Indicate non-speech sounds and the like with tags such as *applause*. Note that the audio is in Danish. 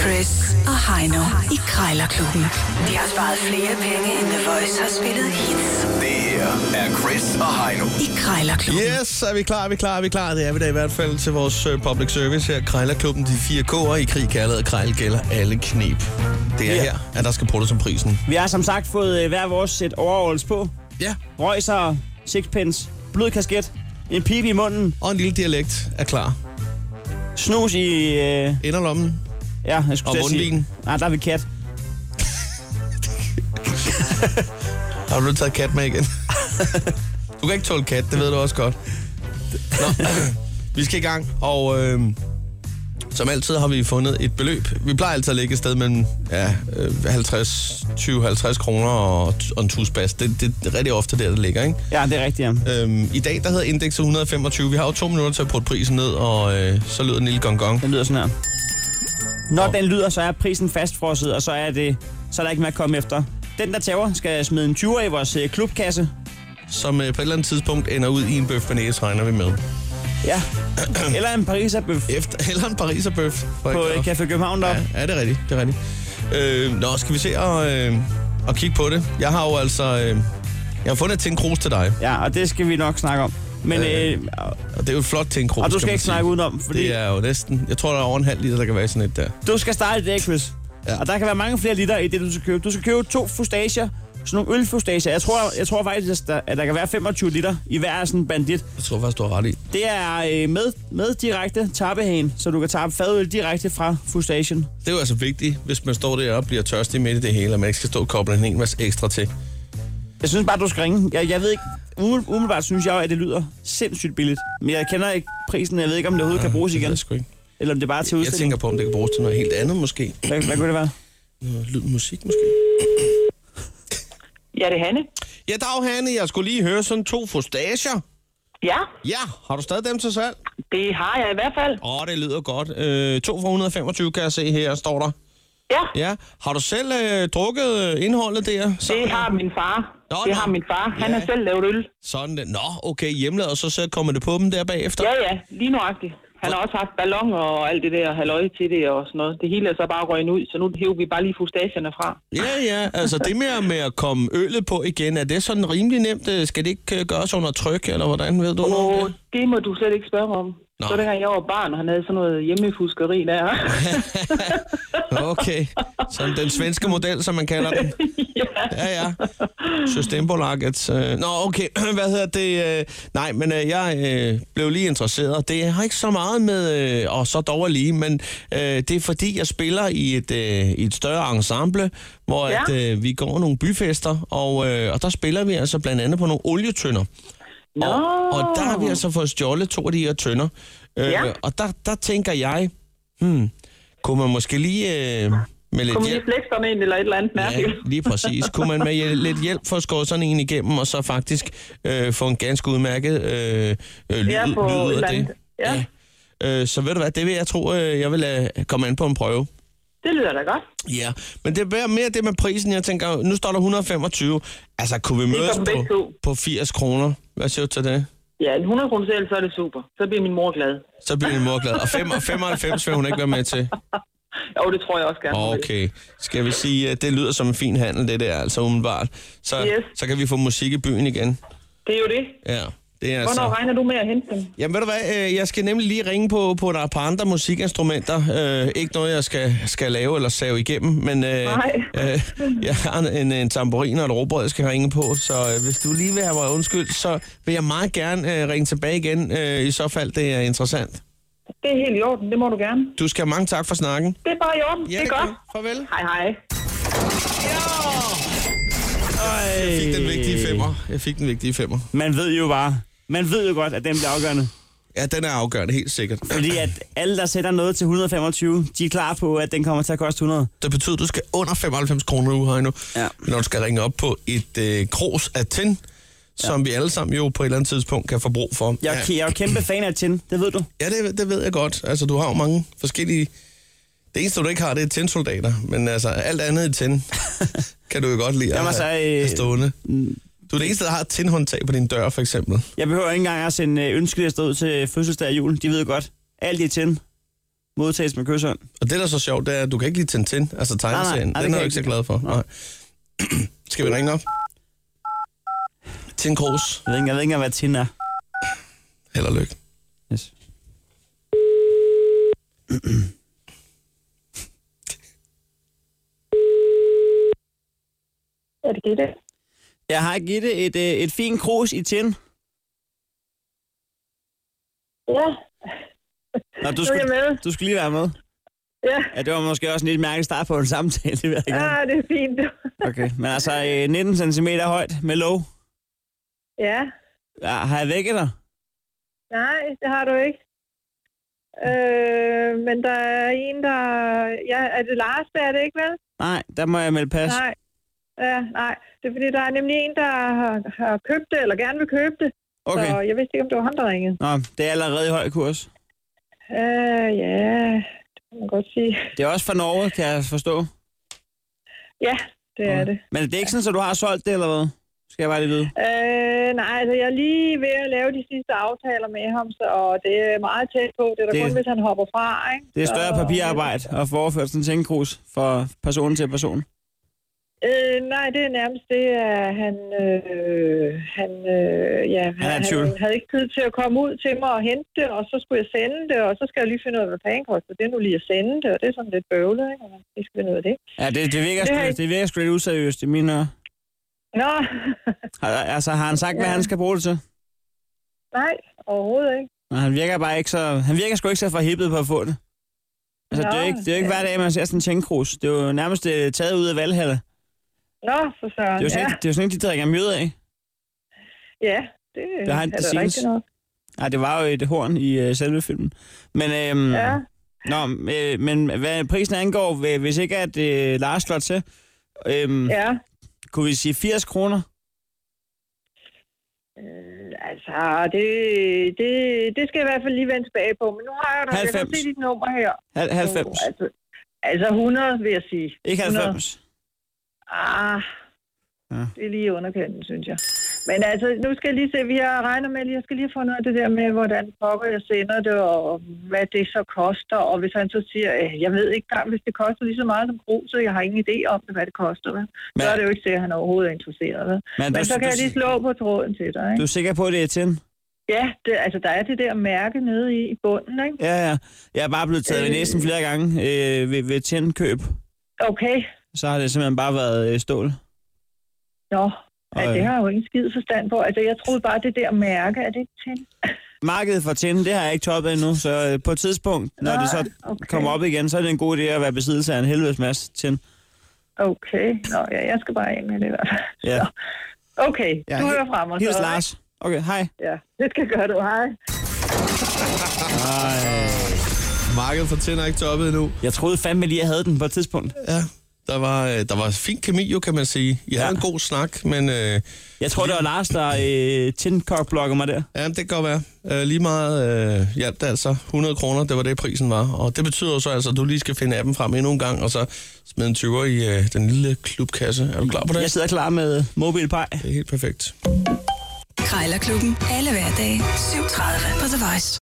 Chris og Heino i Krejlerklubben. De har sparet flere penge, end The Voice har spillet hits Det her er Chris og Heino. i Krejlerklubben. Yes, er vi klar, er vi klar, er vi klar. Det er vi da i hvert fald til vores øh, public service her. Krejlerklubben, de fire K'er i krig, kærlighed, krejl gælder alle knep. Det er Ja. her, at der skal bruges som prisen. Vi har som sagt fået øh, hver vores et overalls på. Ja. Røjser, sixpence, blød kasket, en pibe i munden, Og en lille dialekt er klar. snus i... Øh, Inderlommen. ja, jeg skulle Og til at sige- mundvin. Nej, der er vi kat. Har du taget kat med igen? du kan ikke tåle kat, det ved du også godt. Nå, *clears throat* vi skal i gang, og øh, som altid har vi fundet et beløb. Vi plejer altid at ligge et sted mellem ja, øh, 50, 20-50 kroner og, og en tusbas. Det, det, det er rigtig ofte der, det ligger, ikke? Ja, det er rigtigt, ja. Øhm, I dag der hedder indekset 125. Vi har jo to minutter til at putte prisen ned, og øh, så lyder den lille gong gong. Den lyder sådan her. Når den lyder, så er prisen fastfrosset, og så er, det, så er der ikke mere at komme efter. Den, der tager, skal smide en 20'er i vores øh, klubkasse. Som øh, på et eller andet tidspunkt ender ud i en bøf bearnaise, regner vi med. *clears throat* Ja. Eller en pariserbøf Efter, *laughs* eller en pariserbøf. på øh, Café København deroppe. Ja, ja, det er rigtigt. Det er rigtigt. Øh, nå, skal vi se og, øh, og kigge på det? Jeg har jo altså... Øh, jeg har fundet et tinkrus til dig, Ja. ja, og det skal vi nok snakke om. Men, Øh, øh, og det er jo et flot tinkrus, og du man skal ikke sige. snakke udenom, fordi Det er jo næsten... Jeg tror, der er over en halv liter, der kan være i sådan et der. Du skal starte i dag, Chris. Ja. Ja. Og der kan være mange flere liter i det, du skal købe. Du skal købe to fustager, sådan nogle ølfustager. Jeg tror, jeg tror faktisk, at der, at der kan være 25 liter i hver af sådan en bandit. Jeg tror faktisk, du har ret i. Det er øh, med, med direkte tappehagen, så du kan tappe fadøl direkte fra fustagen. Det er jo altså vigtigt, hvis man står der og bliver tørstig midt i det hele, og man ikke skal stå og koble en hel masse ekstra til. Jeg synes bare, du skal ringe. Jeg, jeg ved ikke, umiddelbart, umiddelbart synes jeg jo, at det lyder sindssygt billigt. Men jeg kender ikke prisen, jeg ved ikke, om det overhovedet kan bruges Det ved igen. jeg sgu ikke. Eller om det bare er til Jeg udstilling. tænker på, om det kan bruges til noget helt andet måske. Hvad, hvad kunne det være? Noget lyd musik måske. Ja, det er Hanne. Ja, dag Hanne, jeg skulle lige høre sådan to fustager. Ja, Ja, har du stadig dem til salg? det har jeg i hvert fald. Åh, oh, det lyder godt. Øh, to for 125 kan jeg se her, står der. Ja, Ja, har du selv øh, drukket øh, indholdet der? Så, det har min far. Nå, det nå. har min far. Han Ja. har selv lavet øl. Sådan det. Nå, okay, hjemlad, og så, så kommer det på dem der bagefter. Ja, ja, lige nuagtigt. Han har også haft ballon og alt det der halvøje til det og sådan noget. Det hele er så bare røgnet ud, så nu hæver vi bare lige fustagerne fra. Ja, ja, altså det med, at- med at komme øllet på igen, er det sådan rimelig nemt? Øh, Skal det ikke øh, gøres under tryk, eller hvordan ved du? noget om Og det? det må du slet ikke spørge mig om. Nå. Nå. Så dengang jeg var barn, og han havde sådan noget hjemmefuskeri *laughs* der. Okay, sådan den svenske model, som man kalder den. Ja, ja. Systembolaget. øh, Nå, okay, *clears throat* hvad hedder det? øh, Nej, men øh, jeg øh, blev lige interesseret. Det har ikke så meget med, øh, og så dog lige, men øh, det er fordi, jeg spiller i et, øh, i et større ensemble, hvor Ja. at, øh, vi går nogle byfester, og, øh, og der spiller vi altså blandt andet på nogle olietønder. Nå. Og, og der har vi altså fået stjålet to af de her tønder. Øh, Ja. Og der, der tænker jeg, hmm, kunne man måske lige øh, med lidt Kom hjælp... lige flexerne ind eller et eller andet Ja, mærkeligt. lige præcis. Kunne man med hjæl- lidt hjælp få skåret sådan en igennem, og så faktisk øh, få en ganske udmærket øh, øh, lyd, Ja, på lyd et ud eller af det? andet. Ja. Øh, så ved du hvad, det vil jeg tro, øh, jeg vil lade komme an på en prøve. Det lyder da godt. Ja, men det er mere det med prisen, jeg tænker, nu står der 125. Altså, kunne vi er mødes for begge på, to. på 80 kroner? Hvad siger du til det? Ja, en 100 kroner selv, så er det super. Så bliver min mor glad. Så bliver din mor glad. Og fem- 95 vil hun ikke være med til. Jo, det tror jeg også gerne. hun vil. Okay. Skal vi sige, at det lyder som en fin handel, det der, altså umiddelbart. Så, Yes. så kan vi få musik i byen igen. Det er jo det. Ja, det er Hvornår altså... regner du med at hente dem? Jamen ved du hvad, øh, jeg skal nemlig lige ringe på, på der er et par andre musikinstrumenter. Øh, ikke noget, jeg skal, skal lave eller save igennem, men øh, Nej. øh, jeg har en, en tambourin og et råbrød, jeg skal ringe på. Så øh, hvis du lige vil have mig undskyld, så vil jeg meget gerne øh, ringe tilbage igen, øh, i så fald det er interessant. Det er helt i orden, det må du gerne. Du skal have mange tak for snakken. Det er bare i orden, ja, det er godt. Farvel. Hej hej. Jeg fik den Ej. vigtige femmer. Jeg fik den vigtige femmer. Man ved jo bare, man ved jo godt, at den bliver afgørende. Ja, den er afgørende, helt sikkert. Fordi at alle, der sætter noget til 125, de er klar på, at den kommer til at koste 100. Det betyder, at du skal under 95 kroner nu, Heino, Ja. når du skal ringe op på et øh, kros af tin, som vi alle sammen jo på et eller andet tidspunkt kan få brug for. Jeg, ja, ja. jeg er jo kæmpe fan af tin, det ved du. ja det, det ved jeg godt. Altså, du har jo mange forskellige... Det eneste, du ikke har, det er tinsoldater, men altså, alt andet i *laughs* tin kan du jo godt lide Jeg må at sige, have øh, stående. Du er det eneste, der har et tinhåndtag på din dør, for eksempel. Jeg behøver ikke engang at sende øh, ønskelister ud til fødselsdag og jul. De ved jo godt. Alt i tin. modtages med kysshånd. Og det, der er så sjovt, det er, at du kan ikke lide Tintin, altså tegneserien. nej, Den det kan er jeg du ikke så ikke. glad for. Nej. *clears throat* Skal vi ringe op? Tin Kroos, Jeg ved ikke, jeg ved ikke engang, hvad Tin er. held og lykke. Yes. Er det Gitte? Jeg har givet det et, øh, et fint krus i Tin. Ja, Nå, du nu er jeg skulle, med. du skulle lige være med. Ja, Ja, det var måske også en lidt mærkelig start på en samtale, det ved jeg ikke. om. ja det er fint. Okay, men altså øh, 19 cm højt med låg. Ja, Ja, har jeg vækket dig? nej, det har du ikke. Øh, men der er en, der... Ja, er det Lars, der er det ikke, vel? Nej, der må jeg melde pas. Nej. Ja, nej. Det er fordi, der er nemlig en, der har, har købt det, eller gerne vil købe det. Så Okay. jeg vidste ikke, om det var ham, der ringede. Nå, det er allerede i høj kurs. Øh, ja, det kan man godt sige. Det er også fra Norge, kan jeg forstå. Ja, det er det. Men det er ikke sådan, at du har solgt det, eller hvad? Skal jeg bare lige vide. Øh, nej, altså jeg er lige ved at lave de sidste aftaler med ham, så, og det er meget tæt på. Det er da Det- det... kun, hvis han hopper fra, ikke? Det er større Så- papirarbejde at få overført sådan en tænkekrus fra person til person. Øh, nej, det er nærmest det, at han, øh, han, øh, ja, Han er i han, tvivl. han havde ikke tid til at komme ud til mig og hente det, og så skulle jeg sende det, og så skal jeg lige finde ud af, hvad penge koster. Det er nu lige at sende det, og det er sådan lidt bøvlet, ikke? Og man lige skal finde ud af det. Ja, det, det virker, Det har sgu, jeg- det virker sgu lidt useriøst i mine ører. Nå, *laughs* Har- Altså, har han sagt, hvad han skal bruge det til? nej, overhovedet ikke. Og han virker bare ikke så... Han virker sgu ikke så forhippet på at få det. Altså, det er jo Nå, ikke, det er jo ikke ja. hver dag, man ser sådan en tænkekrus. Det er jo nærmest øh, taget ud af Valhalla. Nå, for søren. Det er jo sådan, ja. ja. det er jo sådan ikke, de drikker mjød af. ja, det, Det har han- er det da seneste. rigtigt nok. Nej, det var jo et horn i øh, selve filmen. Men, øhm, Ja. nå, øh, men hvad prisen angår, hvi- hvis ikke at øh, Lars slår til, øhm, ja. Ja, kunne vi sige 80 kroner? altså, det, det, det skal jeg i hvert fald lige vende tilbage på, men nu har jeg da jeg kan 90. se dit nummer her. Hal- 90? Så, altså, altså 100, vil jeg sige. Ikke 100. 90? Ah, Ja. ja. det er lige underkendt, synes jeg. Men altså, nu skal jeg lige se, vi har regner med, at jeg skal lige have fundet ud af det der med, hvordan pokker jeg sender det, og hvad det så koster. Og hvis han så siger, øh, jeg ved ikke engang, hvis det koster lige så meget som grus, så jeg har ingen idé om, hvad det koster. Vel? Men- så er det jo ikke til, at han overhovedet er interesseret. Vel? Men Men, du- så kan du- jeg lige slå på tråden til dig. Du Ikke? er sikker på, at det er tin? Ja, det, altså, der er det der mærke nede i, i bunden. Ikke? Ja, ja. Jeg er bare blevet taget øh. ved Øh. næsen flere gange øh, ved, ved tin-køb. Okay, Så har det simpelthen bare været øh, stål. nå. Og, Altså, det øh, har jeg jo ingen skid forstand på. Altså, jeg troede bare, det der mærke, er det ikke til? Markedet for tin, det har jeg ikke toppet endnu, så øh, på et tidspunkt, når det så Ah, okay. kommer op igen, så er det en god idé at være besiddelse af en helvedes masse tin. Okay, nå ja, jeg skal bare af med det i hvert fald. Ja. Så. Okay, Ja, du hil- hører fra mig Hils så. ikke? Lars. Okay, hej. Ja, det skal gøre du, hej. Markedet for Tin er ikke toppet endnu. Jeg troede fandme lige, jeg havde den på et tidspunkt. Ja. Der var, øh, der var fin kemi, jo, kan man sige. Jeg ja. havde Ja. en god snak, men øh, Jeg tror, det var Lars, der øh, tindkokblokker mig der. ja, det kan godt være. Øh, lige meget øh, hjalp det altså. 100 kroner, det var det, prisen var. Og det betyder jo så altså, at du lige skal finde appen frem endnu en gang, og så smide en 20'er i øh, den lille klubkasse. Er du klar på det? Jeg sidder klar med mobilpej. Det er helt perfekt. Krejlerklubben. Alle hverdage. 7.30 på The Voice.